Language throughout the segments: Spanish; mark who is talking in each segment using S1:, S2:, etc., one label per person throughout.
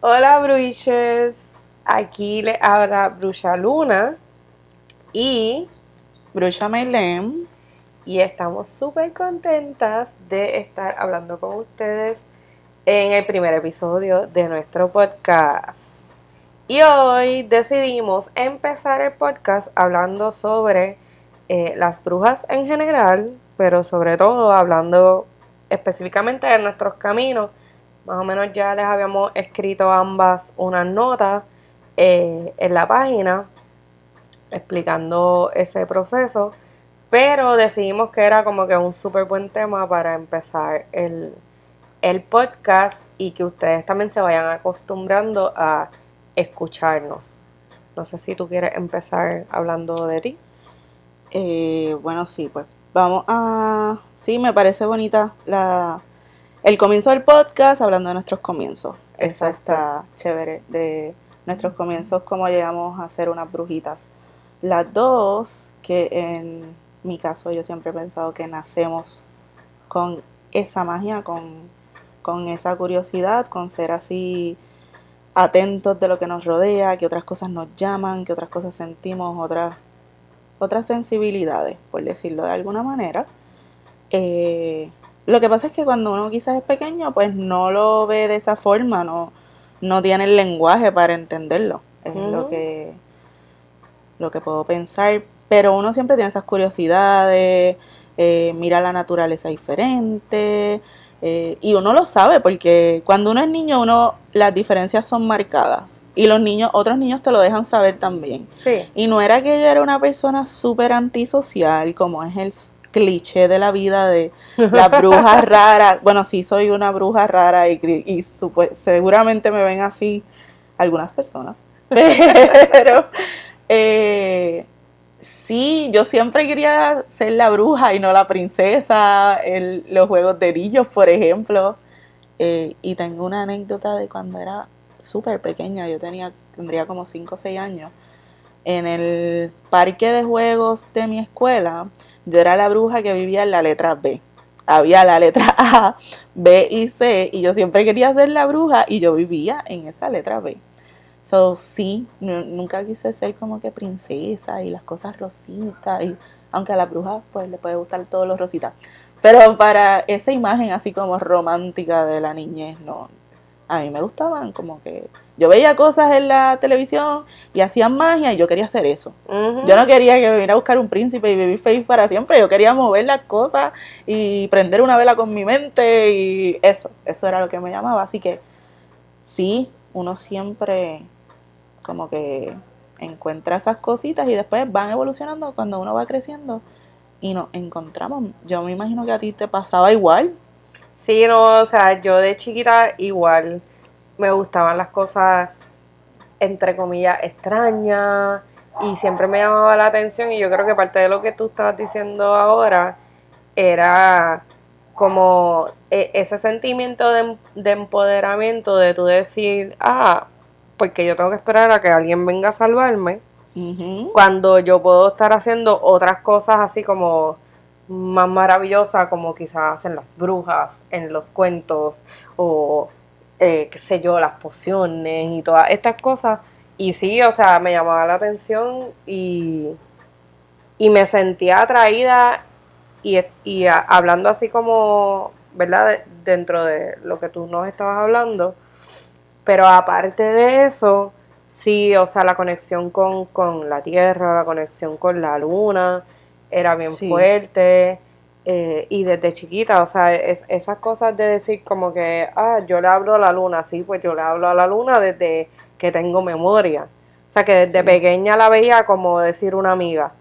S1: Hola Bruiches, aquí le habla Brucha Luna y,
S2: Brucha Maylem.
S1: y estamos súper contentas de estar hablando con ustedes en el primer episodio de nuestro podcast. Y hoy decidimos empezar el podcast hablando sobre eh, las brujas en general, pero sobre todo hablando específicamente de nuestros caminos. Más o menos ya les habíamos escrito ambas unas notas eh, en la página explicando ese proceso, pero decidimos que era como que un súper buen tema para empezar el, el podcast y que ustedes también se vayan acostumbrando a escucharnos. No sé si tú quieres empezar hablando de ti.
S2: Eh, bueno, sí, pues vamos a... Sí, me parece bonita la... el comienzo del podcast hablando de nuestros comienzos. Eso
S1: Exacto.
S2: está chévere, de nuestros comienzos, cómo llegamos a ser unas brujitas. Las dos, que en mi caso yo siempre he pensado que nacemos con esa magia, con, con esa curiosidad, con ser así atentos de lo que nos rodea, que otras cosas nos llaman, que otras cosas sentimos, otras, otras sensibilidades, por decirlo de alguna manera. Eh, lo que pasa es que cuando uno quizás es pequeño, pues no lo ve de esa forma, no, no tiene el lenguaje para entenderlo. Es
S1: Ujú.
S2: lo que lo que puedo pensar. Pero uno siempre tiene esas curiosidades, eh, mira la naturaleza diferente. eh, y uno lo sabe porque cuando uno es niño, uno las diferencias son marcadas. Y los niños, otros niños te lo dejan saber también.
S1: Sí.
S2: Y no era que ella era una persona súper antisocial, como es el s- cliché de la vida de las brujas raras. Bueno, sí, soy una bruja rara y, cri- y supo- seguramente me ven así algunas personas. Pero eh, sí, yo siempre quería ser la bruja y no la princesa, en los juegos de brillos, por ejemplo. Eh, y tengo una anécdota de cuando era súper pequeña, yo tenía, tendría como 5 o 6 años. En el parque de juegos de mi escuela, yo era la bruja que vivía en la letra B. Había la letra A, B y C, y yo siempre quería ser la bruja y yo vivía en esa letra B. So, sí, nu- nunca quise ser como que princesa y las cosas rositas, y aunque a la bruja pues le puede gustar todos los rositas. Pero para esa imagen así como romántica de la niñez, no. A mí me gustaban como que yo veía cosas en la televisión y hacían magia y yo quería hacer eso.
S1: Ujú.
S2: Yo no quería que me viniera a buscar un príncipe y vivir feliz para siempre. Yo quería mover las cosas y prender una vela con mi mente y eso. Eso era lo que me llamaba. Así que sí, uno siempre como que encuentra esas cositas y después van evolucionando cuando uno va creciendo y nos encontramos. Yo me imagino que a ti te pasaba igual.
S1: Sí, no, o sea, yo de chiquita igual me gustaban las cosas entre comillas extrañas y siempre me llamaba la atención y yo creo que parte de lo que tú estabas diciendo ahora era como e- ese sentimiento de, em- de empoderamiento de tú decir, ah, porque yo tengo que esperar a que alguien venga a salvarme
S2: Ujú.
S1: cuando yo puedo estar haciendo otras cosas así como más maravillosas, como quizás en las brujas, en los cuentos, o eh, qué sé yo, las pociones y todas estas cosas. Y sí, o sea, me llamaba la atención y, y me sentía atraída y, y a- hablando así como, ¿verdad? De- dentro de lo que tú nos estabas hablando. Pero aparte de eso, sí, o sea, la conexión con, con la Tierra, la conexión con la Luna, era bien
S2: Sí.
S1: fuerte. eh, y desde chiquita, o sea, es- esas cosas de decir como que, ah, yo le hablo a la Luna, sí, pues yo le hablo a la Luna desde que tengo memoria. O sea, que desde
S2: Sí.
S1: pequeña la veía como decir una amiga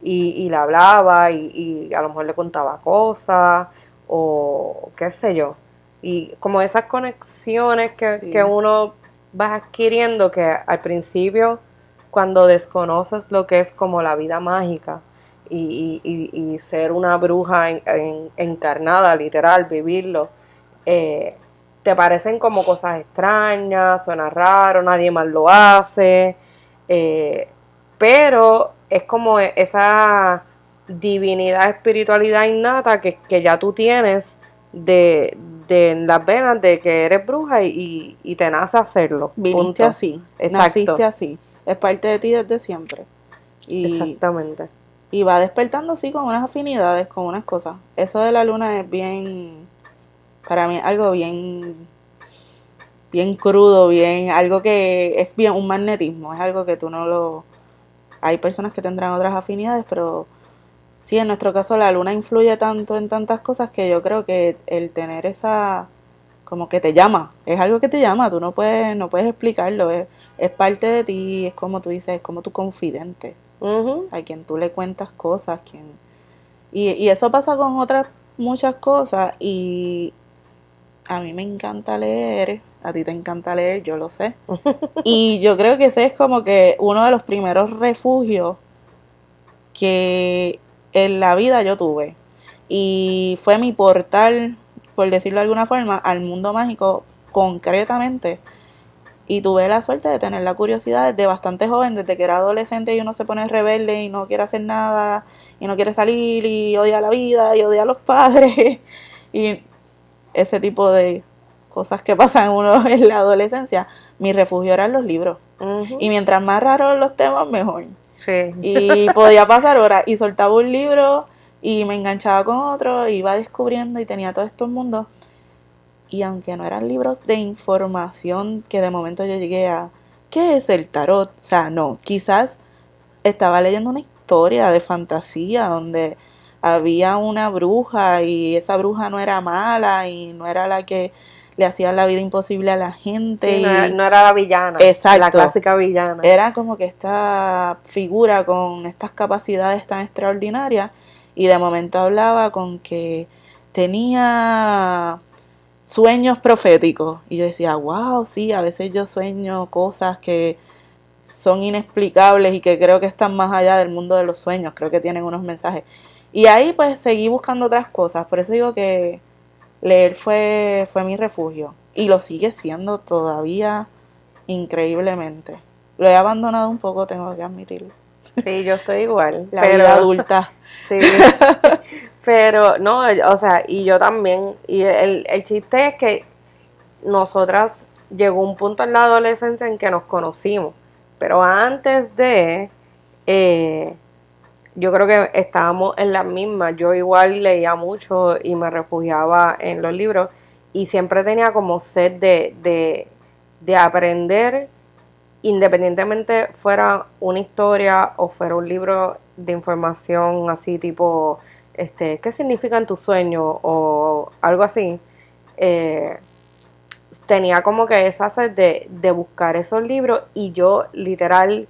S1: y, y le hablaba y, y a lo mejor le contaba cosas o qué sé yo. Y como esas conexiones que,
S2: Sí.
S1: que uno va adquiriendo que al principio cuando desconoces lo que es como la vida mágica y, y- y- y ser una bruja en- en- encarnada, literal, vivirlo, eh, te parecen como cosas extrañas, suena raro, nadie más lo hace, eh, pero es como e- esa divinidad, espiritualidad innata que, que ya tú tienes de, de en las venas de que eres bruja y, y te nace hacerlo.
S2: Viniste
S1: punto.
S2: así,
S1: Exacto.
S2: naciste así. Es parte de ti desde siempre. Y,
S1: Exactamente.
S2: y va despertando, sí, con unas afinidades, con unas cosas. Eso de la luna es bien, para mí, es algo bien, bien crudo, bien, algo que es bien un magnetismo, es algo que tú no lo... Hay personas que tendrán otras afinidades, pero sí, en nuestro caso la luna influye tanto en tantas cosas que yo creo que el tener esa, como que te llama, es algo que te llama, tú no puedes, no puedes explicarlo, es, es parte de ti, es como tú dices, es como tu confidente
S1: Ujú.
S2: a quien tú le cuentas cosas, quien... Y, y eso pasa con otras muchas cosas y a mí me encanta leer, a ti te encanta leer, yo lo sé. Y yo creo que ese es como que uno de los primeros refugios que en la vida yo tuve. Y fue mi portal, por decirlo de alguna forma, al mundo mágico concretamente. Y tuve la suerte de tener la curiosidad desde bastante joven, desde que era adolescente y uno se pone rebelde y no quiere hacer nada y no quiere salir y odia la vida y odia a los padres y ese tipo de cosas que pasan uno en la adolescencia. Mi refugio eran los libros
S1: Ujú.
S2: y mientras más raros los temas mejor
S1: Sí.
S2: y podía pasar horas y soltaba un libro y me enganchaba con otro, y iba descubriendo y tenía todos estos mundos. Y aunque no eran libros de información que de momento yo llegué a ¿qué es el tarot? O sea, no, quizás estaba leyendo una historia de fantasía donde había una bruja y esa bruja no era mala y no era la que le hacía la vida imposible a la gente.
S1: Sí, no,
S2: y-
S1: era, no era la villana.
S2: Exacto. Eh,
S1: La clásica villana.
S2: era como que esta figura con estas capacidades tan extraordinarias y de momento hablaba con que tenía sueños proféticos y yo decía, wow, sí, a veces yo sueño cosas que son inexplicables y que creo que están más allá del mundo de los sueños, creo que tienen unos mensajes. Y ahí pues seguí buscando otras cosas, por eso digo que leer fue, fue mi refugio y lo sigue siendo todavía increíblemente. Lo he abandonado un poco, tengo que admitirlo.
S1: Sí, yo estoy igual.
S2: La
S1: pero,
S2: vida adulta.
S1: Sí. pero, no, o sea, y yo también. Y el, el chiste es que nosotras llegó un punto en la adolescencia en que nos conocimos. Pero antes de, eh, yo creo que estábamos en las mismas. Yo igual leía mucho y me refugiaba en los libros. Y siempre tenía como sed de, de, de aprender, independientemente fuera una historia o fuera un libro de información así tipo, este, ¿qué significan tus sueños? o algo así. Eh, tenía como que esa sed de, de buscar esos libros y yo literal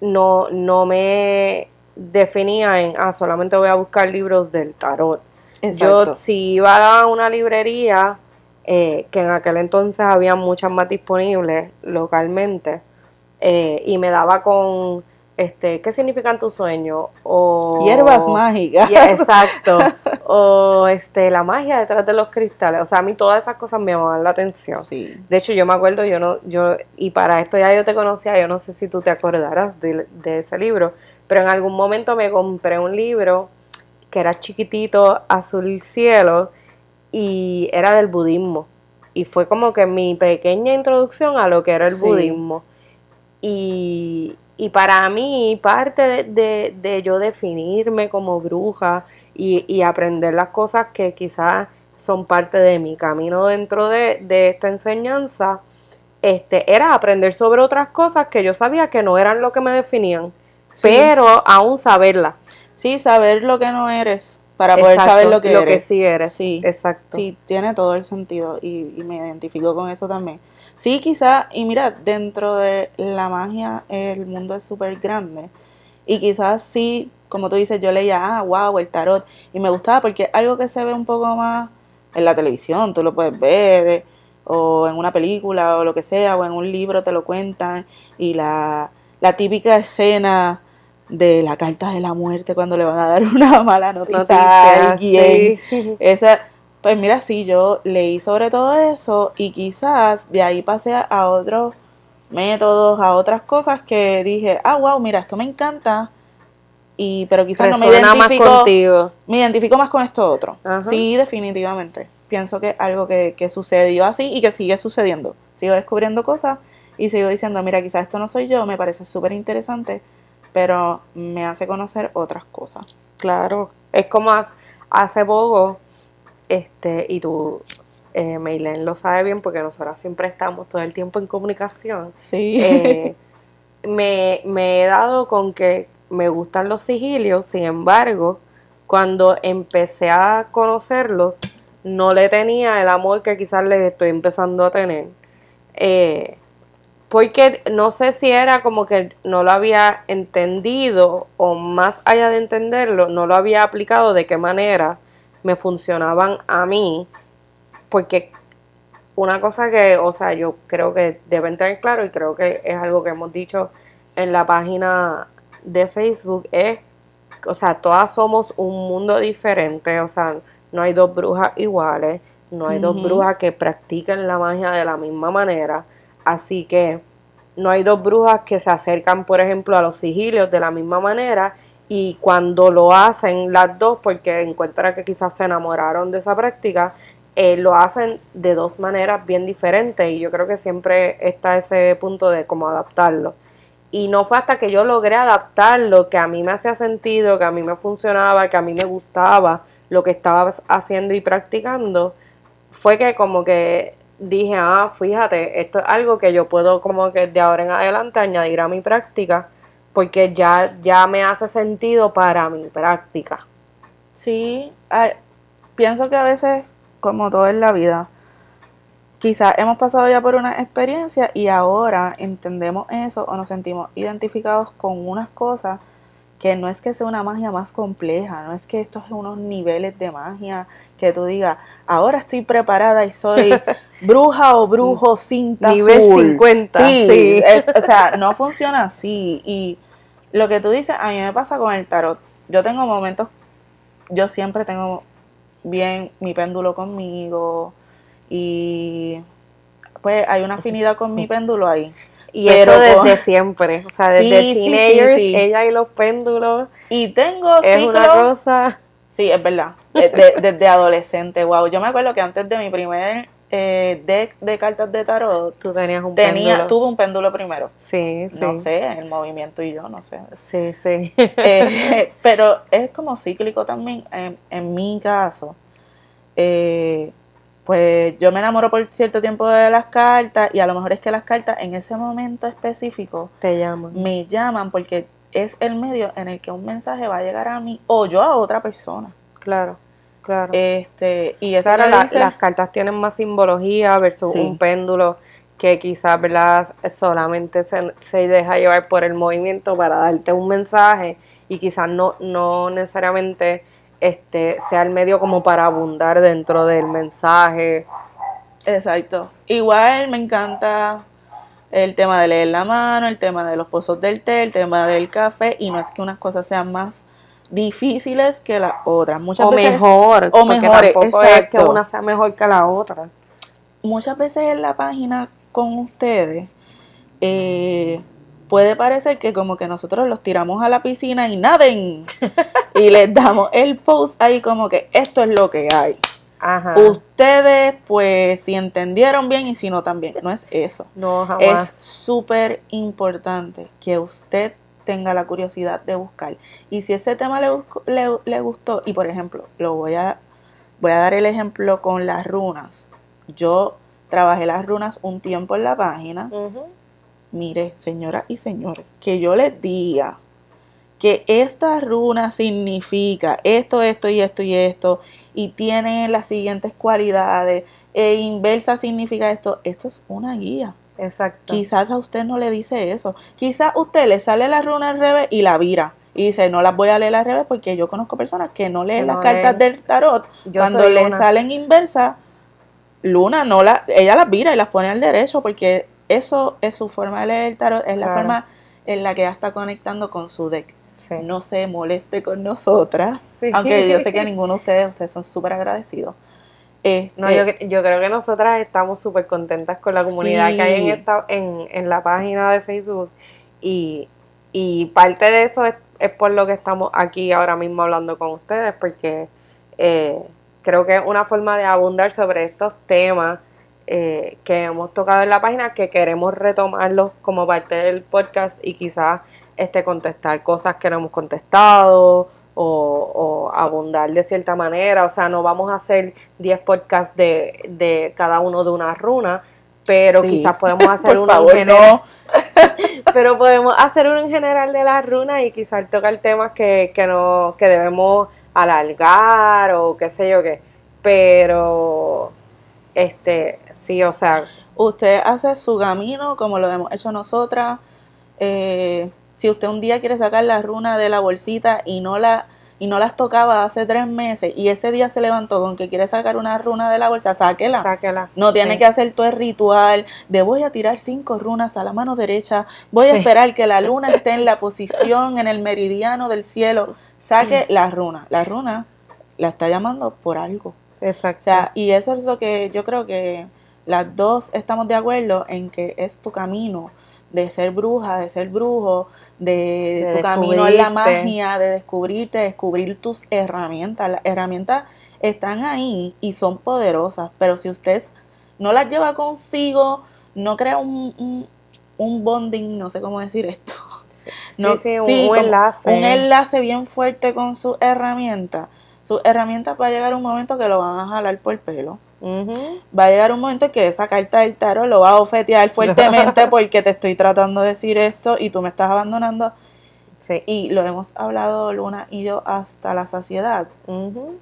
S1: no, no me definía en, ah, solamente voy a buscar libros del tarot. Yo
S2: Exacto.
S1: si iba a una librería, eh, que en aquel entonces había muchas más disponibles localmente, eh, y me daba con, este, ¿qué significan tus sueños? O,
S2: Hierbas mágicas.
S1: Yeah, exacto. o este, la magia detrás de los cristales. O sea, a mí todas esas cosas me llamaban la atención.
S2: Sí.
S1: De hecho, yo me acuerdo, yo no, yo, y para esto ya yo te conocía, yo no sé si tú te acordarás de, de ese libro, pero en algún momento me compré un libro que era chiquitito, azul cielo, y era del budismo. Y fue como que mi pequeña introducción a lo que era el
S2: Sí.
S1: budismo. Y, y para mí, parte de, de- de yo definirme como bruja y, y aprender las cosas que quizás son parte de mi camino dentro de, de esta enseñanza, este, era aprender sobre otras cosas que yo sabía que no eran lo que me definían,
S2: Sí.
S1: pero aún saberlas.
S2: Sí, saber lo que no eres para poder
S1: Exacto,
S2: saber lo que eres.
S1: sí eres.
S2: Sí.
S1: Exacto.
S2: Sí, tiene todo el sentido y, y me identifico con eso también. Sí, quizá, y mira, dentro de la magia el mundo es súper grande y quizás sí, como tú dices, yo leía, ah, wow, el tarot y me gustaba porque es algo que se ve un poco más en la televisión, tú lo puedes ver eh, o en una película o lo que sea o en un libro te lo cuentan y la, la típica escena de la carta de la muerte cuando le van a dar una mala noticia, a
S1: Noticias,
S2: alguien.
S1: sí.
S2: Esa, pues mira, sí, yo leí sobre todo eso y quizás de ahí pasé a- a otros métodos, a otras cosas que dije, ah, wow, mira, esto me encanta, y pero quizás no me
S1: Resuena más
S2: identifico,
S1: contigo.
S2: me identifico más con esto otro.
S1: Ajá.
S2: Sí, definitivamente. pienso que es algo que, que sucedió así y que sigue sucediendo. Sigo descubriendo cosas y sigo diciendo, mira, quizás esto no soy yo, me parece súper interesante, pero me hace conocer otras cosas.
S1: Claro, es como ha- hace poco, este, y tú, eh, Maylen lo sabe bien porque nosotras siempre estamos todo el tiempo en comunicación.
S2: Sí.
S1: Eh, me, me he dado con que me gustan los sigilios, sin embargo, cuando empecé a conocerlos, no le tenía el amor que quizás les estoy empezando a tener. Eh, porque no sé si era como que no lo había entendido o más allá de entenderlo, no lo había aplicado de qué manera me funcionaban a mí. Porque una cosa que, o sea, yo creo que deben tener claro y creo que es algo que hemos dicho en la página de Facebook es, o sea, todas somos un mundo diferente, o sea, no hay dos brujas iguales, no hay dos
S2: Ujú.
S1: brujas que practiquen la magia de la misma manera, así que no hay dos brujas que se acercan, por ejemplo, a los sigilios de la misma manera y cuando lo hacen las dos, porque encuentran que quizás se enamoraron de esa práctica, eh, lo hacen de dos maneras bien diferentes y yo creo que siempre está ese punto de cómo adaptarlo. Y no fue hasta que yo logré adaptarlo, que a mí me hacía sentido, que a mí me funcionaba, que a mí me gustaba lo que estaba haciendo y practicando, fue que como que dije, ah, fíjate, esto es algo que yo puedo como que de ahora en adelante añadir a mi práctica, porque ya, ya me hace sentido para mi práctica.
S2: Sí, ay, pienso que a veces, como todo en la vida, quizás hemos pasado ya por una experiencia y ahora entendemos eso o nos sentimos identificados con unas cosas que no es que sea una magia más compleja, no es que estos son unos niveles de magia que tú digas, ahora estoy preparada y soy bruja o brujo cinta
S1: Nivel
S2: azul".
S1: 50, sí.
S2: eh, o sea, no funciona así y lo que tú dices a mí me pasa con el tarot. Yo tengo momentos yo siempre tengo bien mi péndulo conmigo y pues hay una afinidad con mi péndulo ahí.
S1: Y
S2: Pero
S1: esto
S2: con-
S1: desde siempre, o sea, desde
S2: Sí, sí, sí,
S1: teenagers,
S2: sí.
S1: ella y los péndulos,
S2: Y tengo
S1: es una
S2: ciclos-
S1: cosa...
S2: Sí, es verdad. De- de- desde adolescente, wow. Yo me acuerdo que antes de mi primer eh, deck de cartas de tarot,
S1: Tú tenías un
S2: tenía,
S1: péndulo.
S2: tuve un péndulo primero.
S1: Sí, sí.
S2: No sé, el movimiento y yo, no sé.
S1: Sí, sí.
S2: Eh, pero es como cíclico también. En, en mi caso, eh, pues yo me enamoro por cierto tiempo de las cartas y a lo mejor es que las cartas en ese momento específico
S1: Te llaman.
S2: me llaman porque es el medio en el que un mensaje va a llegar a mí o yo a otra persona.
S1: Claro, claro.
S2: Este, y eso
S1: Claro,
S2: que
S1: la-
S2: dices-
S1: las cartas tienen más simbología versus
S2: Sí.
S1: un péndulo que quizás ¿verdad? solamente se, se deja llevar por el movimiento para darte un mensaje y quizás no, no necesariamente este sea el medio como para abundar dentro del mensaje.
S2: Exacto. Igual me encanta el tema de leer la mano, el tema de los pozos del té, el tema del café, y no es que unas cosas sean más difíciles que las otras. Muchas
S1: o
S2: veces,
S1: mejor,
S2: o
S1: porque
S2: mejores,
S1: tampoco es que
S2: exacto.
S1: una sea mejor que la otra.
S2: muchas veces en la página con ustedes eh, puede parecer que como que nosotros los tiramos a la piscina y naden y les damos el post ahí como que esto es lo que hay.
S1: Ajá.
S2: Ustedes pues si entendieron bien y si no también, no es eso.
S1: no, jamás.
S2: Es súper importante que usted tenga la curiosidad de buscar. Y si ese tema le, busco- le- le gustó, y por ejemplo, lo voy a, voy a dar el ejemplo con las runas. Yo trabajé las runas un tiempo en la página.
S1: Ujú.
S2: Mire, señoras y señores, que yo les diga que esta runa significa esto, esto y esto y esto, y tiene las siguientes cualidades, e inversa significa esto, esto es una guía.
S1: Exacto.
S2: Quizás a usted no le dice eso. Quizás usted le sale la runa al revés y la vira. Y dice, no las voy a leer al revés porque yo conozco personas que no leen
S1: Que
S2: las
S1: no
S2: cartas
S1: leen.
S2: del tarot.
S1: Yo
S2: Cuando
S1: soy
S2: le
S1: una.
S2: salen inversa, Luna no la, ella las vira y las pone al derecho porque eso es su forma de leer el tarot, es la
S1: Claro.
S2: forma en la que ella está conectando con su deck.
S1: Sí.
S2: No se moleste con nosotras,
S1: Sí.
S2: aunque yo sé que ninguno de ustedes, ustedes son súper agradecidos. Este,
S1: No, yo, cre- yo creo que nosotras estamos súper contentas con la comunidad que hay en,
S2: Sí.
S1: esta, en, en la página de Facebook y, y parte de eso es, es por lo que estamos aquí ahora mismo hablando con ustedes, porque eh, creo que es una forma de abundar sobre estos temas eh, que hemos tocado en la página, que queremos retomarlos como parte del podcast y quizás este, contestar cosas que no hemos contestado o, o abundar de cierta manera. O sea, no vamos a hacer 10 podcasts de, de cada uno de una runa, pero
S2: Sí.
S1: quizás podemos hacer
S2: Por
S1: uno
S2: favor,
S1: en general.
S2: no.
S1: Pero podemos hacer uno en general de las runas y quizás tocar temas que, que no, que debemos alargar o qué sé yo qué. Pero, este, sí, o sea,
S2: Usted hace su camino como lo hemos hecho nosotras. Eh, si usted un día quiere sacar la runa de la bolsita y no la y no las tocaba hace tres meses y ese día se levantó con que quiere sacar una runa de la bolsa, sáquela.
S1: sáquela.
S2: No tiene
S1: Sí.
S2: que hacer todo el ritual de voy a tirar cinco runas a la mano derecha, voy a esperar que la luna esté en la posición en el meridiano del cielo, saque la runa. La runa la está llamando por algo.
S1: Exacto.
S2: O sea, y eso es lo que yo creo que las dos estamos de acuerdo en que es tu camino de ser bruja, de ser brujo, de,
S1: De
S2: tu camino en la
S1: descubrirte.
S2: magia, de descubrirte, descubrir tus herramientas. Las herramientas están ahí y son poderosas, pero si usted no las lleva consigo, no crea un, un, un bonding, no sé cómo decir esto.
S1: sí,
S2: No,
S1: sí, un,
S2: sí,
S1: un
S2: como
S1: enlace.
S2: Un enlace bien fuerte con sus herramientas. Sus herramientas va a llegar un momento que lo van a jalar por el pelo
S1: Ujú.
S2: va a llegar un momento que esa carta del tarot lo va a ofetear fuertemente porque te estoy tratando de decir esto y tú me estás abandonando.
S1: Sí.
S2: Y lo hemos hablado Luna y yo hasta la saciedad.
S1: Ujú.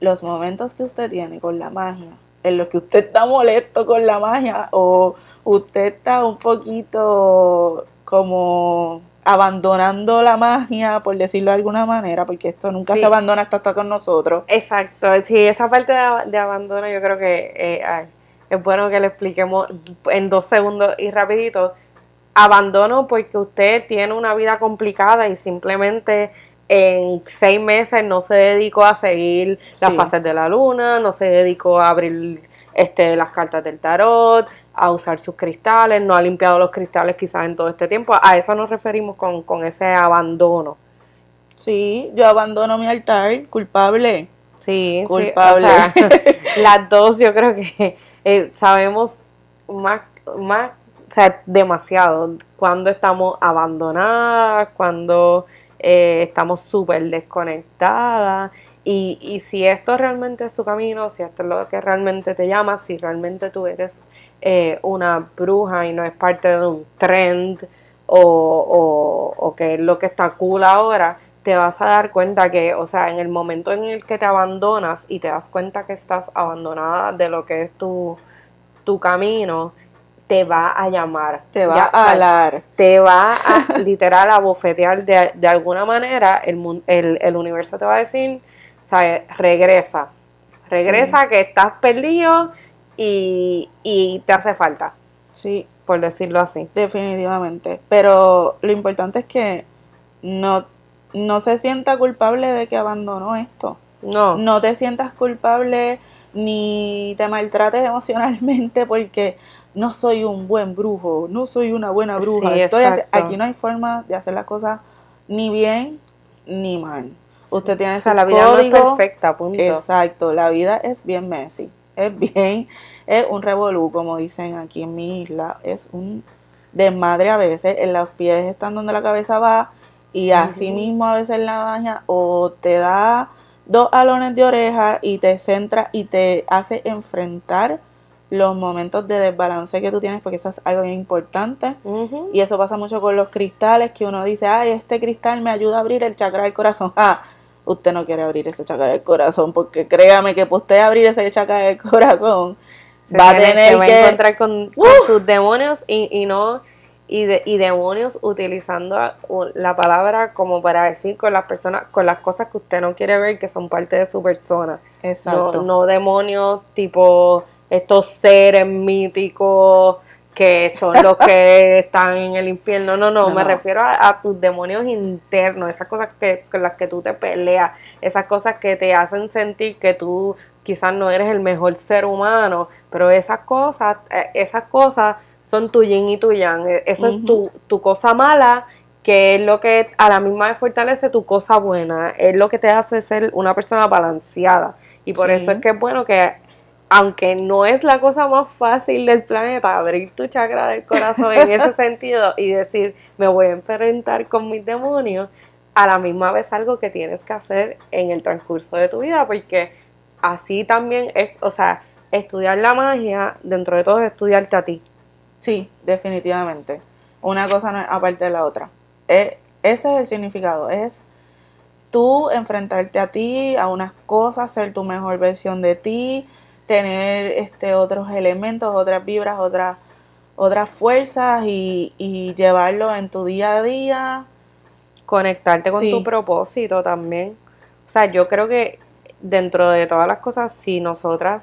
S2: Los momentos que usted tiene con la magia, en los que usted está molesto con la magia o usted está un poquito como abandonando la magia, por decirlo de alguna manera, porque esto nunca
S1: Sí.
S2: se abandona hasta estar con nosotros.
S1: Exacto, sí, esa parte de, ab- de abandono yo creo que eh, ay, es bueno que le expliquemos en dos segundos y rapidito. Abandono porque usted tiene una vida complicada y simplemente en seis meses no se dedicó a seguir las
S2: Sí.
S1: fases de la luna, no se dedicó a abrir este, las cartas del tarot, a usar sus cristales, no ha limpiado los cristales quizás en todo este tiempo. A eso nos referimos con, con ese abandono.
S2: Sí, yo abandono mi altar, culpable.
S1: Sí,
S2: Culpable.
S1: Sí, o sea, las dos yo creo que eh, sabemos más, más, o sea, demasiado cuando estamos abandonadas, cuando eh, estamos súper desconectadas. Y, y si esto realmente es su camino, si esto es lo que realmente te llama, si realmente tú eres eh, una bruja y no es parte de un trend o, o, o que es lo que está cool ahora, te vas a dar cuenta que, o sea, en el momento en el que te abandonas y te das cuenta que estás abandonada de lo que es tu, tu camino, te va a llamar.
S2: Te va
S1: Ya, o
S2: a
S1: sea,
S2: alar.
S1: te va a literal a bofetear de, de alguna manera, el, mun- el, el universo te va a decir, ¿sabes? Regresa, regresa que estás perdido y, y te hace falta,
S2: Sí,
S1: por decirlo así.
S2: definitivamente. Pero lo importante es que no, no se sienta culpable de que abandonó esto.
S1: No,
S2: No te sientas culpable ni te maltrates emocionalmente porque no soy un buen brujo, no soy una buena bruja.
S1: Sí,
S2: Estoy haci-
S1: exacto.
S2: aquí no hay forma de hacer las cosas ni bien ni mal. Usted tiene
S1: o sea,
S2: sus
S1: la vida no es
S2: códigos.
S1: perfecta, punto.
S2: Exacto, la vida es bien messy, es bien, es un revolú, como dicen aquí en mi isla, es un desmadre a veces, en los pies están donde la cabeza va y así
S1: Ujú.
S2: mismo a veces la magia o te da dos alones de oreja y te centra y te hace enfrentar los momentos de desbalance que tú tienes, porque eso es algo bien importante.
S1: Ujú.
S2: Y eso pasa mucho con los cristales, que uno dice, ay, este cristal me ayuda a abrir el chakra del corazón. Ah, usted no quiere abrir ese chakra del corazón, porque créame que por usted abrir ese chakra del corazón,
S1: Se
S2: va a
S1: tiene-
S2: tener
S1: se va a
S2: que... ¡Uh!
S1: encontrar con, con sus demonios y, y no y, de- y demonios utilizando a- u- la palabra como para decir con las personas con las cosas que usted no quiere ver que son parte de su persona no,
S2: Exacto.
S1: no demonios tipo estos seres míticos que son los que están en el infierno. No, no,
S2: No,
S1: me
S2: no.
S1: refiero a, a tus demonios internos, esas cosas que, con las que tú te peleas, esas cosas que te hacen sentir que tú quizás no eres el mejor ser humano, pero esas cosas, eh, esas cosas son tu yin y tu yang. Eh, Eso es
S2: Ujú.
S1: tu, tu cosa mala, que es lo que a la misma vez fortalece tu cosa buena, es lo que te hace ser una persona balanceada. Y por
S2: Sí.
S1: eso es que es bueno que, aunque no es la cosa más fácil del planeta, abrir tu chakra del corazón en ese sentido y decir, me voy a enfrentar con mis demonios, a la misma vez algo que tienes que hacer en el transcurso de tu vida, porque así también es, o sea, estudiar la magia, dentro de todo, es estudiarte a ti.
S2: Sí, definitivamente. Una cosa no es aparte de la otra. E- ese es el significado, es tú enfrentarte a ti, a unas cosas, ser tu mejor versión de ti, tener este otros elementos, otras vibras, otras otras fuerzas y, y llevarlo en tu día a día.
S1: conectarte con
S2: Sí.
S1: tu propósito también. O sea, yo creo que dentro de todas las cosas, si nosotras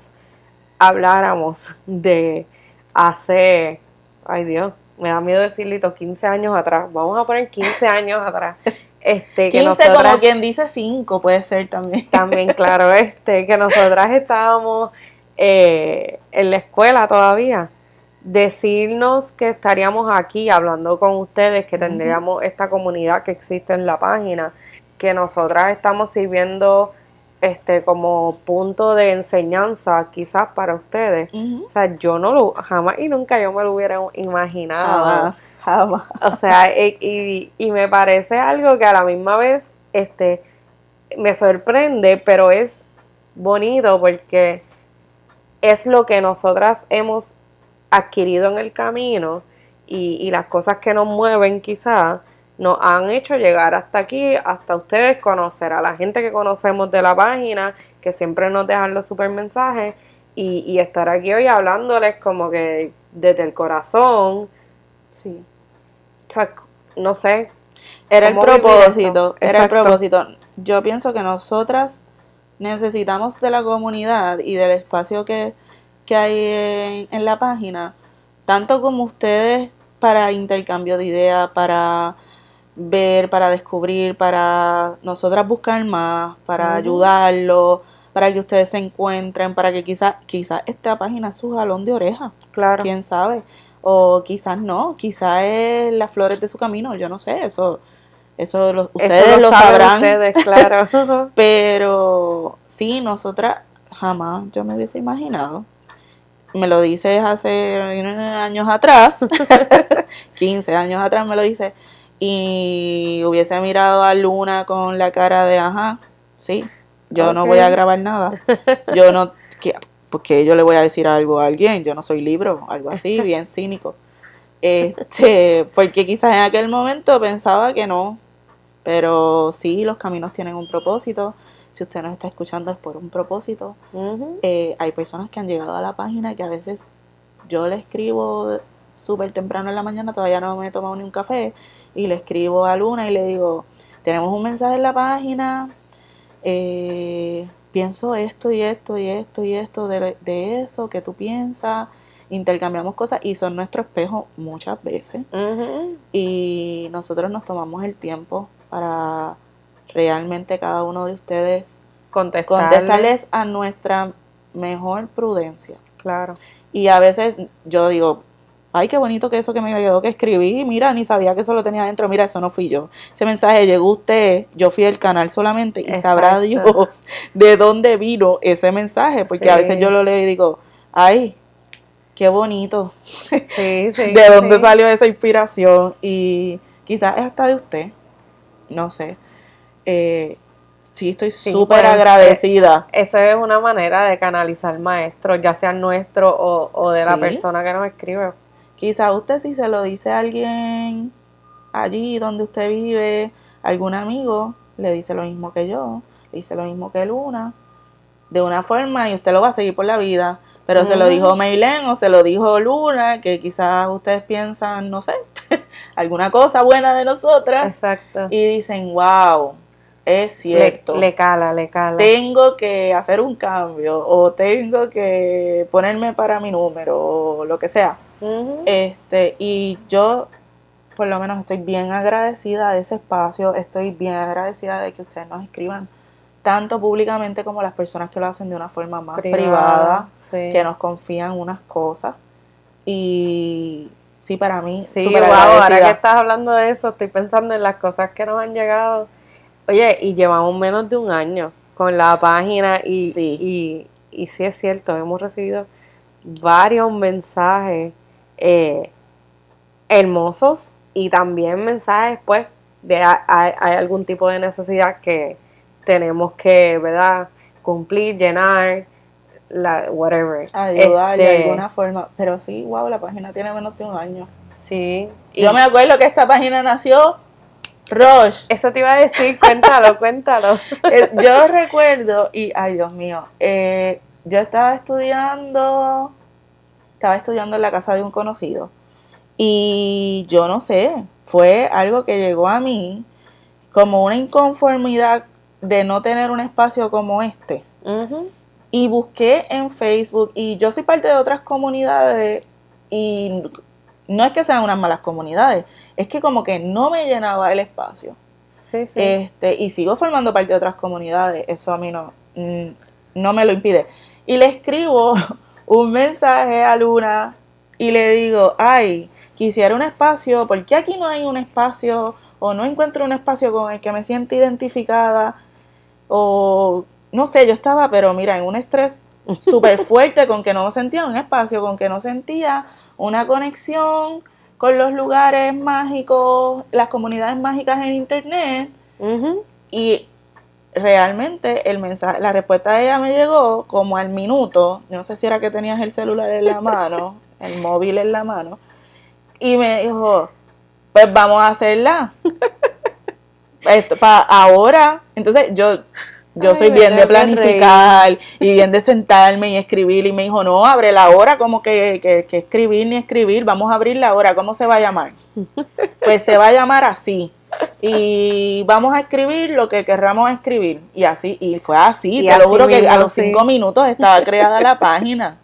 S1: habláramos de hace, ay Dios, me da miedo decirlo, 15 años atrás, vamos a poner 15 años atrás, este, que
S2: 15
S1: nosotras
S2: como quien dice 5 puede ser también.
S1: también, claro, este, que nosotras estábamos eh, en la escuela todavía, decirnos que estaríamos aquí hablando con ustedes, que
S2: Ujú.
S1: tendríamos esta comunidad que existe en la página, que nosotras estamos sirviendo este como punto de enseñanza quizás para ustedes.
S2: Ujú.
S1: O sea, yo no lo, jamás y nunca yo me lo hubiera imaginado.
S2: Jamás, jamás.
S1: O sea, e- y, y me parece algo que a la misma vez este, me sorprende, pero es bonito porque es lo que nosotras hemos adquirido en el camino y, y las cosas que nos mueven quizás nos han hecho llegar hasta aquí, hasta ustedes conocer a la gente que conocemos de la página, que siempre nos dejan los super mensajes y, y estar aquí hoy hablándoles como que desde el corazón,
S2: Sí.
S1: o sea, no sé,
S2: Era el
S1: ¿Cómo vivir
S2: propósito,
S1: esto?
S2: era el
S1: Exacto.
S2: propósito. Yo pienso que nosotras necesitamos de la comunidad y del espacio que, que hay en, en la página, tanto como ustedes para intercambio de ideas, para ver, para descubrir, para nosotras buscar más, para
S1: Ujú.
S2: ayudarlo, para que ustedes se encuentren, para que quizás quizás esta página es su jalón de oreja,
S1: Claro.
S2: quién sabe, o quizás no, quizás es las flores de su camino, yo no sé, eso eso lo- ustedes
S1: Eso
S2: lo,
S1: saben
S2: sabrán,
S1: Ustedes, claro.
S2: pero sí, nosotras jamás yo me hubiese imaginado. Me lo dices hace años atrás, 15 años atrás me lo dices, y hubiese mirado a Luna con la cara de, ajá, sí, yo no
S1: Ok.
S2: voy a grabar nada. Yo no, que- porque yo le voy a decir algo a alguien, yo no soy libro, algo así, bien cínico. Este, porque quizás en aquel momento pensaba que no, pero sí, los caminos tienen un propósito. Si usted nos está escuchando es por un propósito.
S1: Ujú.
S2: Eh, hay personas que han llegado a la página que a veces yo le escribo súper temprano en la mañana, todavía no me he tomado ni un café, y le escribo a Luna y le digo, tenemos un mensaje en la página, eh, pienso esto y esto y esto y esto de, de eso que tú piensas, intercambiamos cosas y son nuestro espejo muchas veces
S1: Ujú.
S2: y nosotros nos tomamos el tiempo para realmente cada uno de ustedes
S1: Contestarle.
S2: contestarles a nuestra mejor prudencia.
S1: Claro.
S2: Y a veces yo digo, ay, qué bonito que eso que me quedó que escribí, mira, ni sabía que eso lo tenía adentro, mira, eso no fui yo. Ese mensaje llegó a usted, yo fui el canal solamente y sabrá
S1: Exacto.
S2: Dios de dónde vino ese mensaje, porque a veces
S1: Sí.
S2: yo lo leo y digo, ay, qué bonito,
S1: Sí, sí.
S2: de dónde
S1: sí.
S2: salió esa inspiración y quizás es hasta de usted, no sé. Eh, sí, estoy
S1: Sí,
S2: súper
S1: pues,
S2: agradecida.
S1: Eso es una manera de canalizar maestros, ya sea nuestro o, o de la
S2: Sí.
S1: persona que nos escribe.
S2: Quizá usted si se lo dice a alguien allí donde usted vive, algún amigo, le dice lo mismo que yo, le dice lo mismo que Luna, de una forma y usted lo va a seguir por la vida. Pero se lo
S1: Ujú.
S2: dijo Meilen o se lo dijo Luna, que quizás ustedes piensan, no sé, alguna cosa buena de nosotras
S1: Exacto.
S2: y dicen, wow, es
S1: le,
S2: cierto.
S1: le cala, le cala.
S2: Tengo que hacer un cambio o tengo que ponerme para mi número o lo que sea.
S1: Ujú.
S2: Este, y yo por lo menos estoy bien agradecida de ese espacio, estoy bien agradecida de que ustedes nos escriban tanto públicamente como las personas que lo hacen de una forma más privada,
S1: sí.
S2: que nos confían unas cosas. Y sí, para mí,
S1: Sí,
S2: súper
S1: wow, ahora que
S2: agradecida.
S1: estás hablando de eso, estoy pensando en las cosas que nos han llegado. Oye, y llevamos menos de un año. con la página y
S2: Sí.
S1: y, y sí es cierto, hemos recibido varios mensajes eh, hermosos y también mensajes pues de a- a- hay algún tipo de necesidad que tenemos que, ¿verdad? Cumplir, llenar, la, whatever.
S2: Ayudar de
S1: Este,
S2: alguna forma. Pero sí, wow, la página tiene menos de un año.
S1: Sí.
S2: Yo me acuerdo que esta página nació Roche.
S1: Eso te iba a decir, cuéntalo, cuéntalo.
S2: Eh, yo recuerdo, y ay Dios mío, eh, yo estaba estudiando, estaba estudiando en la casa de un conocido. Y yo no sé, fue algo que llegó a mí como una inconformidad de no tener un espacio como este.
S1: Ujú.
S2: Y busqué en Facebook, y yo soy parte de otras comunidades, y no es que sean unas malas comunidades, es que como que no me llenaba el espacio.
S1: Sí, sí.
S2: Este, y sigo formando parte de otras comunidades, eso a mí no, mm, no me lo impide. Y le escribo un mensaje a Luna y le digo, ay, quisiera un espacio, ¿por qué aquí no hay un espacio? O no encuentro un espacio con el que me sienta identificada, o no sé, yo estaba, pero mira, en un estrés súper fuerte con que no sentía un espacio, con que no sentía una conexión con los lugares mágicos, las comunidades mágicas en internet
S1: Ujú.
S2: y realmente el mensaje, la respuesta de ella me llegó como al minuto, yo no sé si era que tenías el celular en la mano, el móvil en la mano y me dijo, pues vamos a hacerla. Esto, pa, ahora, entonces yo yo
S1: Ay,
S2: soy bien
S1: me tengo que
S2: de planificar y bien de sentarme y escribir y me dijo, no, abre la hora, como que, que, que escribir ni escribir, vamos a abrir la hora, ¿cómo se va a llamar? Pues se va a llamar así. Y vamos a escribir lo que querramos escribir. Y así, y fue así,
S1: Y
S2: te
S1: así
S2: lo juro que a
S1: mismo,
S2: los
S1: sí.
S2: cinco minutos estaba creada la página.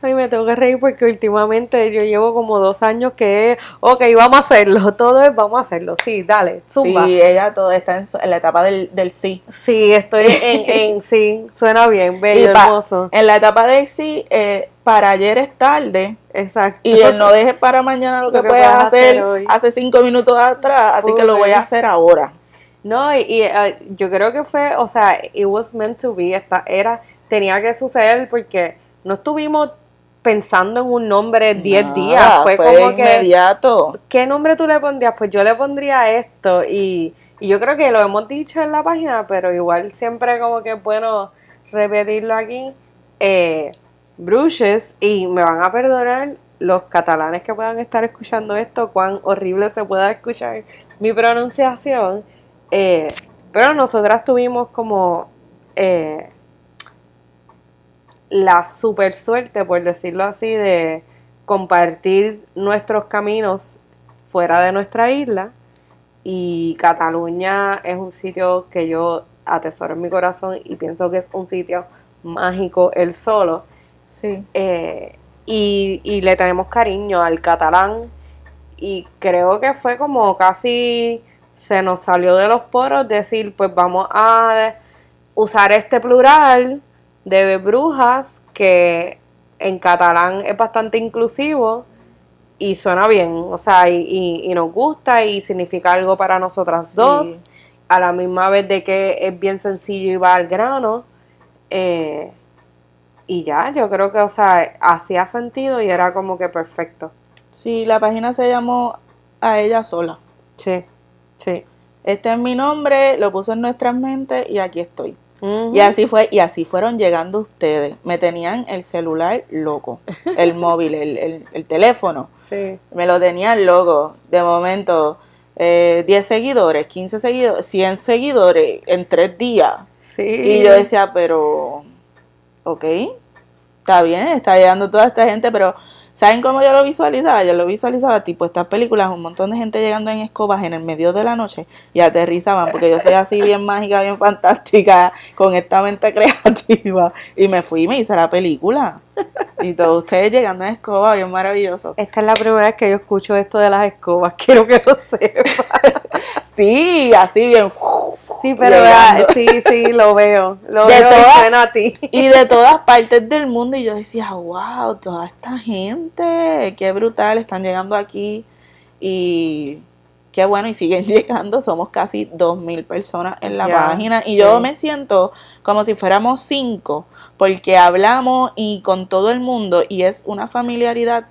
S1: Ay, me tengo que reír porque últimamente yo llevo como dos años que es, ok, vamos a hacerlo, todo es vamos a hacerlo, sí, dale, zumba.
S2: Sí, ella todo está en, su- en la etapa del, del sí.
S1: Sí, estoy en, en, sí, suena bien,
S2: Y
S1: bello,
S2: pa-
S1: hermoso.
S2: En la etapa del sí, eh, para ayer es tarde.
S1: Exacto.
S2: Y el no dejes para mañana lo que, puedas hacer,
S1: hoy.
S2: hace cinco minutos atrás, así que lo voy a
S1: Correcto.
S2: hacer ahora.
S1: No, y, y, eh, yo creo que fue, o sea, it was meant to be, esta era, tenía que suceder porque no estuvimos pensando en un nombre 10 días,
S2: Nada,
S1: fue, como que
S2: inmediato.
S1: ¿qué nombre tú le pondrías? Pues yo le pondría esto y, y yo creo que lo hemos dicho en la página, pero igual siempre como que es bueno repetirlo aquí. Eh, Bruges y me van a perdonar los catalanes que puedan estar escuchando esto, cuán horrible se pueda escuchar mi pronunciación, eh, pero nosotras tuvimos como eh, la super suerte, por decirlo así, de compartir nuestros caminos fuera de nuestra isla y Cataluña es un sitio que yo atesoro en mi corazón y pienso que es un sitio mágico el solo
S2: Sí.
S1: eh, y, y le tenemos cariño al catalán y creo que fue como casi se nos salió de los poros decir pues vamos a usar este plural de brujas que en catalán es bastante inclusivo y suena bien, o sea, y, y- y nos gusta y significa algo para nosotras
S2: Sí.
S1: dos, a la misma vez de que es bien sencillo y va al grano. eh, y ya, yo creo que, o sea, hacía sentido y era como que perfecto.
S2: Sí, la página se llamó A ella sola.
S1: Sí, sí.
S2: Este es mi nombre, lo puso en nuestras mentes y aquí estoy. Y así fue, y así fueron llegando ustedes. Me tenían el celular loco, el móvil, el, el- el teléfono.
S1: Sí.
S2: Me lo tenían loco. De momento, eh, 10 seguidores, 15 seguidores, 100 seguidores en tres días.
S1: Sí.
S2: Y
S1: Eh,
S2: yo decía, pero, ok, está bien, está llegando toda esta gente, pero ¿saben cómo yo lo visualizaba? Yo lo visualizaba tipo estas películas, un montón de gente llegando en escobas en el medio de la noche y aterrizaban, porque yo soy así bien mágica, bien fantástica, con esta mente creativa. Y me fui y me hice la película. Y todos ustedes llegando en escoba, bien maravilloso.
S1: Esta es la primera vez que yo escucho esto de las escobas, quiero que lo sepa.
S2: Sí, así bien.
S1: Sí, pero
S2: llegando.
S1: ah, sí, sí, lo veo. Lo
S2: De
S1: veo
S2: todas-
S1: y suena a ti.
S2: y de todas partes del mundo y yo decía, wow, toda esta gente, qué brutal, están llegando aquí y Qué bueno, y siguen llegando, somos casi 2.000 personas en la
S1: Ya,
S2: página y yo
S1: sí.
S2: me siento como si fuéramos cinco, porque hablamos y con todo el mundo y es una familiaridad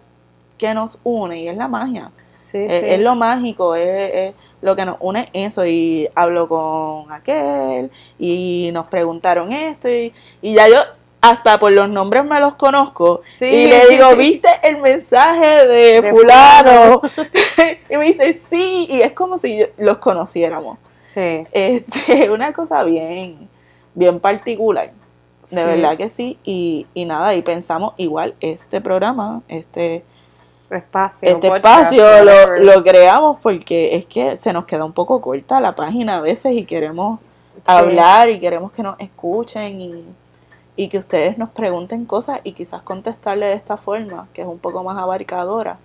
S2: que nos une y es la magia.
S1: Sí,
S2: Es,
S1: sí.
S2: es lo mágico, es, es lo que nos une eso. Y hablo con aquel y nos preguntaron esto y, y ya yo hasta por los nombres me los conozco.
S1: Sí,
S2: y le
S1: sí,
S2: digo,
S1: sí.
S2: ¿viste el mensaje de,
S1: De
S2: fulano? y me dice, sí, y es como si yo- los conociéramos.
S1: Sí.
S2: Este, Es una cosa bien, bien particular. De
S1: Sí.
S2: verdad que sí, y, y nada, y pensamos igual este programa, este,
S1: Espacio.
S2: este
S1: podcast,
S2: espacio lo,
S1: whatever.
S2: lo creamos porque es que se nos queda un poco corta la página a veces y queremos
S1: Sí.
S2: hablar y queremos que nos escuchen y, y que ustedes nos pregunten cosas y quizás contestarle de esta forma, que es un poco más abarcadora.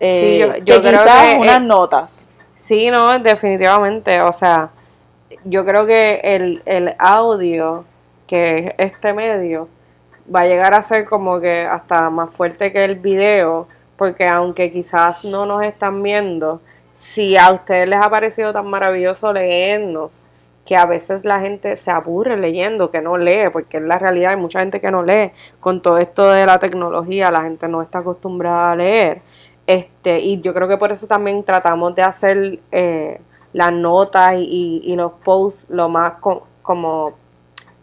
S2: Eh,
S1: yo- yo
S2: que
S1: creo
S2: quizás
S1: que,
S2: unas
S1: eh,
S2: notas.
S1: Sí, no, definitivamente. O sea, yo creo que el, el audio, que es este medio, va a llegar a ser como que hasta más fuerte que el video, porque aunque quizás no nos están viendo, si a ustedes les ha parecido tan maravilloso leernos, que a veces la gente se aburre leyendo, que no lee, porque es la realidad, hay mucha gente que no lee. Con todo esto de la tecnología, la gente no está acostumbrada a leer. Este, y yo creo que por eso también tratamos de hacer eh, las notas y, y los posts lo más co- como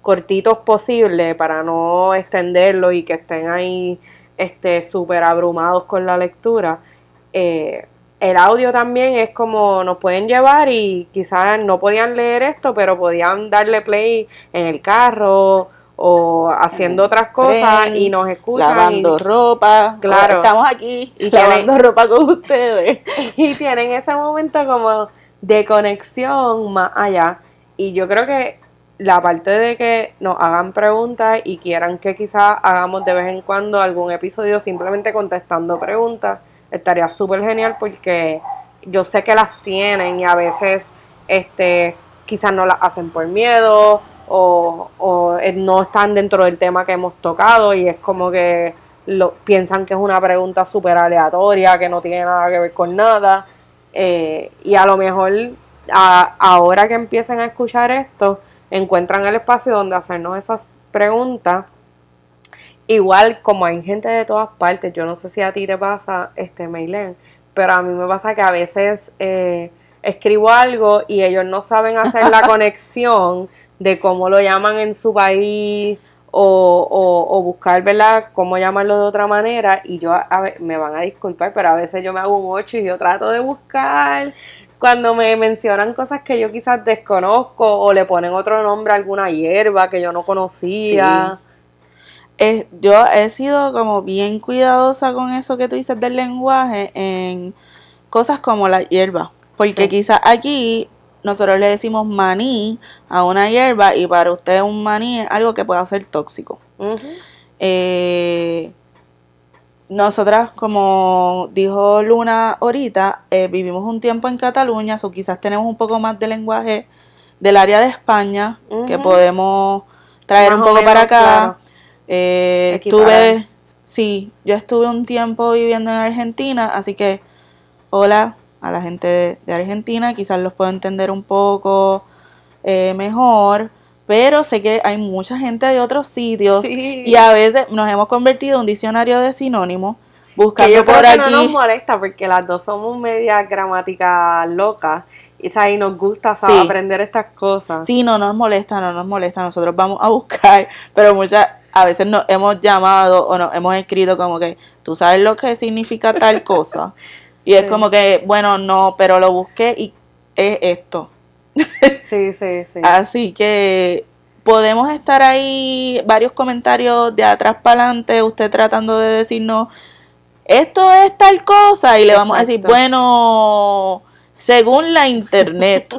S1: cortitos posible para no extenderlos y que estén ahí este súper abrumados con la lectura. Eh, el audio también es como nos pueden llevar y quizás no podían leer esto, pero podían darle play en el carro o haciendo
S2: En el
S1: otras cosas
S2: tren,
S1: y nos escuchan. y-
S2: Lavando ropa,
S1: Claro.
S2: estamos aquí
S1: Y
S2: lavando ropa con ustedes.
S1: y tienen ese momento como de conexión más allá. Y yo creo que la parte de que nos hagan preguntas y quieran que quizás hagamos de vez en cuando algún episodio simplemente contestando preguntas, estaría súper genial porque yo sé que las tienen y a veces este quizás no las hacen por miedo o, o, eh, no están dentro del tema que hemos tocado y es como que lo, piensan que es una pregunta súper aleatoria, que no tiene nada que ver con nada. eh, y a lo mejor a- ahora que empiecen a escuchar esto, encuentran el espacio donde hacernos esas preguntas. Igual como hay gente de todas partes, yo no sé si a ti te pasa, este Maylen, pero a mí me pasa que a veces eh, escribo algo y ellos no saben hacer la conexión de cómo lo llaman en su país o, o- o buscar, ¿verdad?, cómo llamarlo de otra manera. Y yo, a- a ve- me van a disculpar, pero a veces yo me hago un 8 y yo trato de buscar cuando me mencionan cosas que yo quizás desconozco o le ponen otro nombre a alguna hierba que yo no conocía.
S2: es- yo he sido como bien cuidadosa con eso que tú dices del lenguaje en cosas como la hierba. Porque
S1: Sí.
S2: quizás aquí nosotros le decimos maní a una hierba y para usted un maní es algo que pueda ser tóxico.
S1: Ujú.
S2: Eh, nosotras, como dijo Luna ahorita, eh, vivimos un tiempo en Cataluña, o quizás tenemos un poco más de lenguaje del área de España que
S1: Ujú.
S2: podemos traer
S1: Más
S2: un
S1: o
S2: poco
S1: menos,
S2: para acá.
S1: claro.
S2: Eh,
S1: Equiparar.
S2: estuve, sí, yo estuve un tiempo viviendo en Argentina, así que hola a la gente de Argentina, quizás los puedo entender un poco eh, mejor, pero sé que hay mucha gente de otros sitios
S1: Sí.
S2: y a veces nos hemos convertido en un diccionario de sinónimos,
S1: Que
S2: buscando
S1: yo creo
S2: por
S1: que
S2: aquí.
S1: no nos molesta porque las dos somos media gramática loca y, o sea, y nos gusta o sea,
S2: Sí.
S1: aprender estas cosas.
S2: Sí, no nos molesta, no nos molesta, nosotros vamos a buscar, pero muchas, a veces nos hemos llamado o nos hemos escrito como que, tú sabes lo que significa tal cosa. Y es
S1: Sí.
S2: como que, bueno, no, pero lo busqué y es esto.
S1: sí, sí. sí.
S2: Así que podemos estar ahí, varios comentarios de atrás para adelante, usted tratando de decirnos, esto es tal cosa, y le vamos a decir,
S1: Exacto.
S2: bueno, según la internet,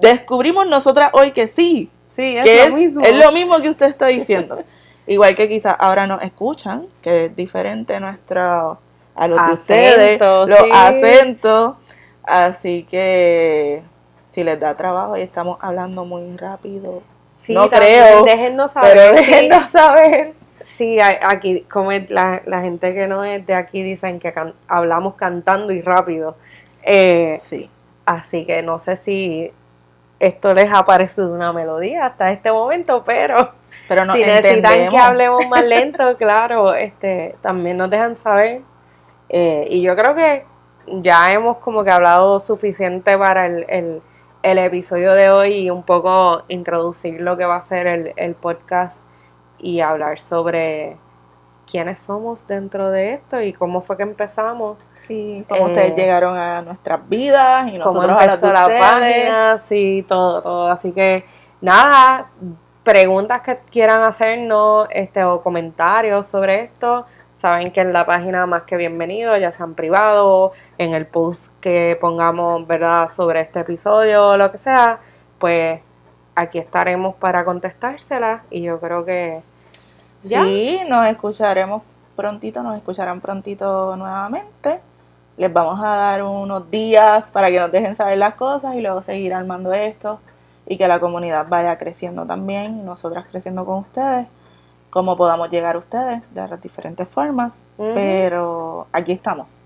S2: descubrimos nosotras hoy que sí,
S1: Sí,
S2: que
S1: es lo mismo.
S2: es lo mismo que usted está diciendo. Igual que quizás ahora nos escuchan, que es diferente nuestro, a los de
S1: Acento,
S2: ustedes, los
S1: sí.
S2: acentos. Así que si les da trabajo y estamos hablando muy rápido,
S1: Sí,
S2: no
S1: también
S2: creo,
S1: Déjennos saber.
S2: pero
S1: sí.
S2: déjenos saber.
S1: Sí, a- aquí, como es la, la gente que no es de aquí dicen que can- hablamos cantando y rápido. Eh,
S2: Sí.
S1: así que no sé si esto les ha parecido una melodía hasta este momento, pero
S2: Pero no
S1: si necesitan que
S2: entendemos.
S1: hablemos más lento, claro, este, también nos dejan saber. Eh, y yo creo que ya hemos como que hablado suficiente para el, el- el episodio de hoy y un poco introducir lo que va a ser el, el podcast y hablar sobre quiénes somos dentro de esto y cómo fue que empezamos,
S2: Sí, cómo
S1: Eh,
S2: ustedes llegaron a nuestras vidas y
S1: cómo
S2: nosotros a las de
S1: empezó la
S2: ustedes.
S1: página, sí, todo, todo. Así que nada, preguntas que quieran hacernos este, o comentarios sobre esto, saben que en la página más que bienvenido, ya sean privado, en el post que pongamos, ¿verdad?, sobre este episodio o lo que sea, pues aquí estaremos para contestárselas y yo creo que ¿Ya?
S2: Sí, nos escucharemos prontito, nos escucharán prontito nuevamente. Les vamos a dar unos días para que nos dejen saber las cosas y luego seguir armando esto y que la comunidad vaya creciendo también y nosotras creciendo con ustedes, como podamos llegar a ustedes de las diferentes formas.
S1: Ujú.
S2: Pues, Pero aquí estamos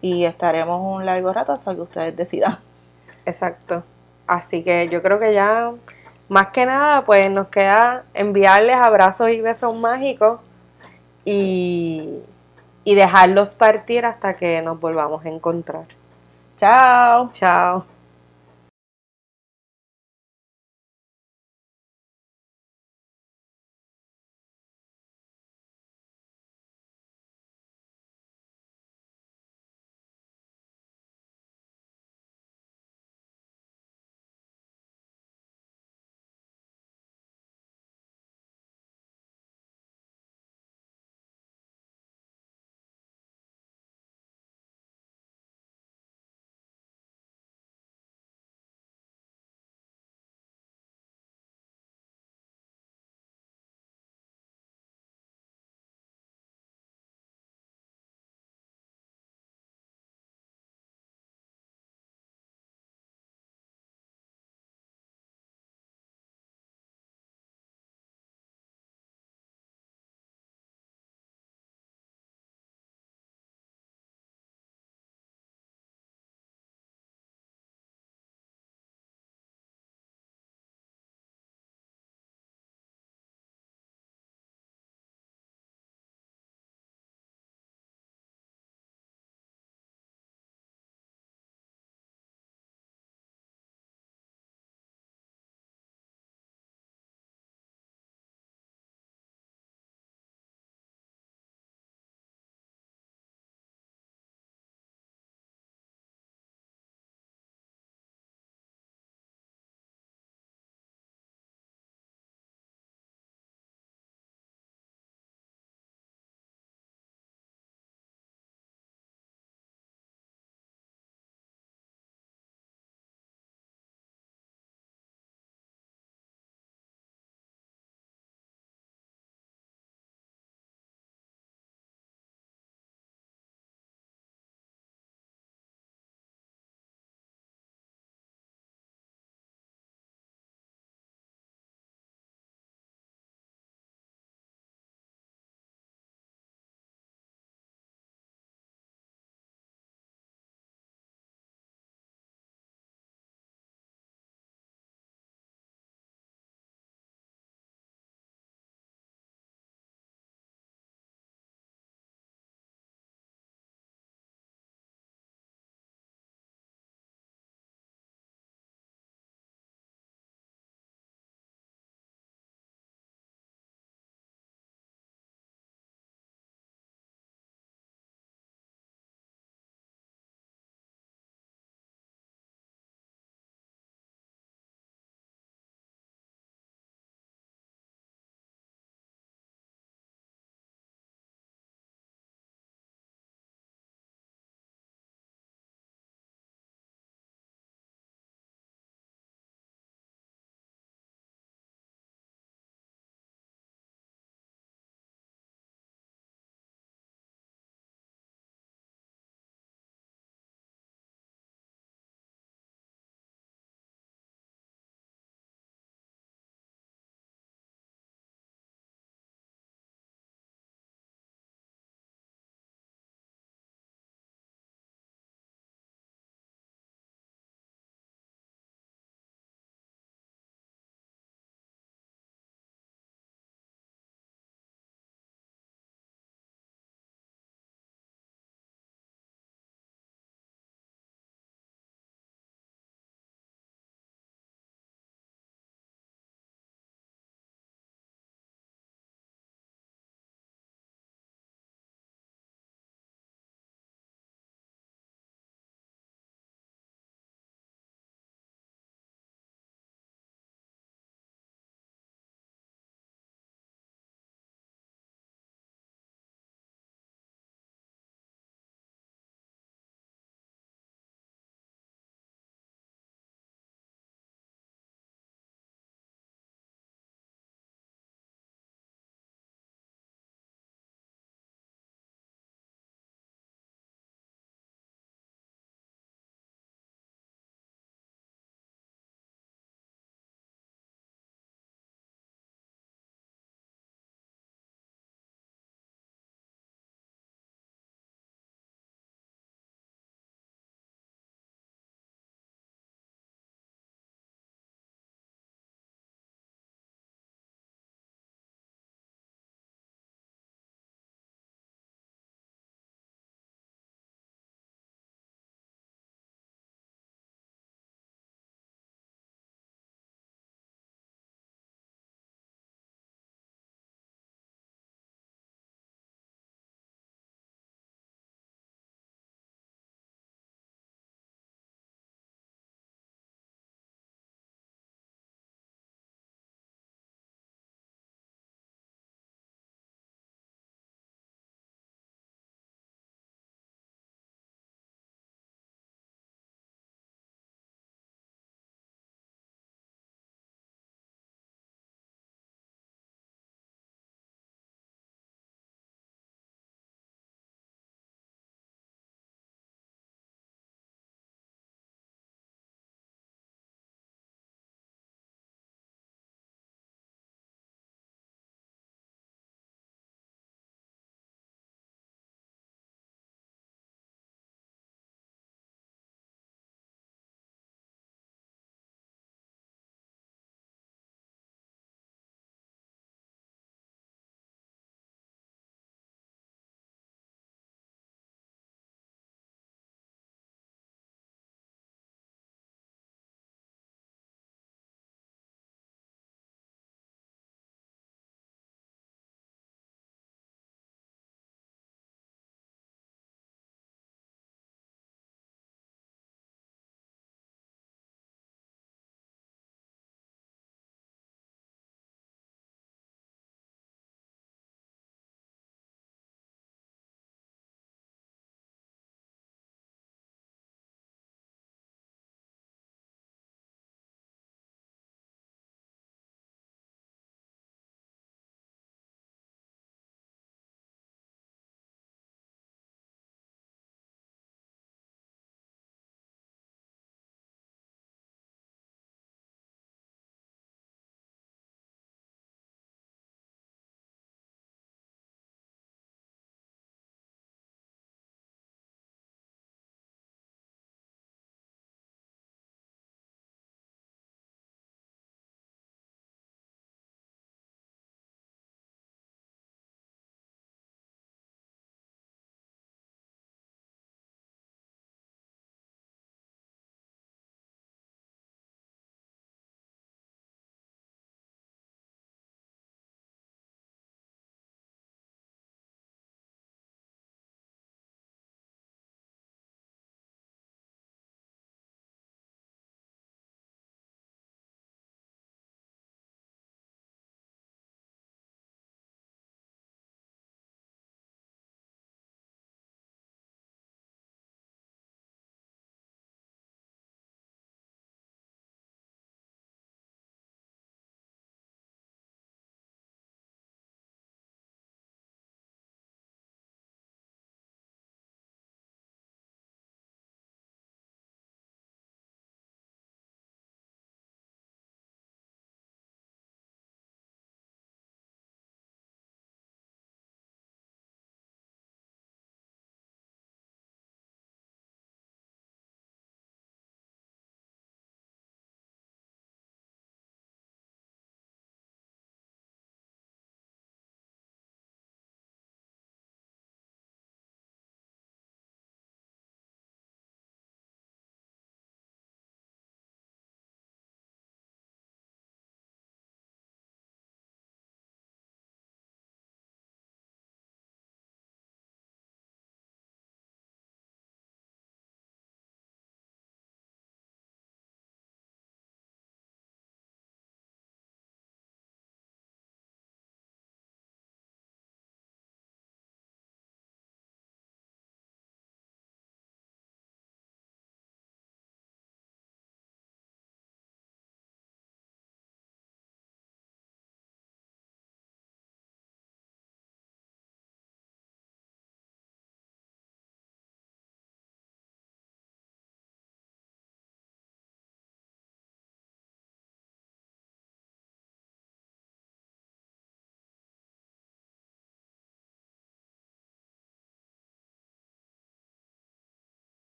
S2: y estaremos un largo rato hasta que ustedes decidan.
S1: Exacto. Así que yo creo que ya, más que nada, pues nos queda enviarles abrazos y besos mágicos y, y dejarlos partir hasta que nos volvamos a encontrar.
S2: ¡Chao!
S1: Chao.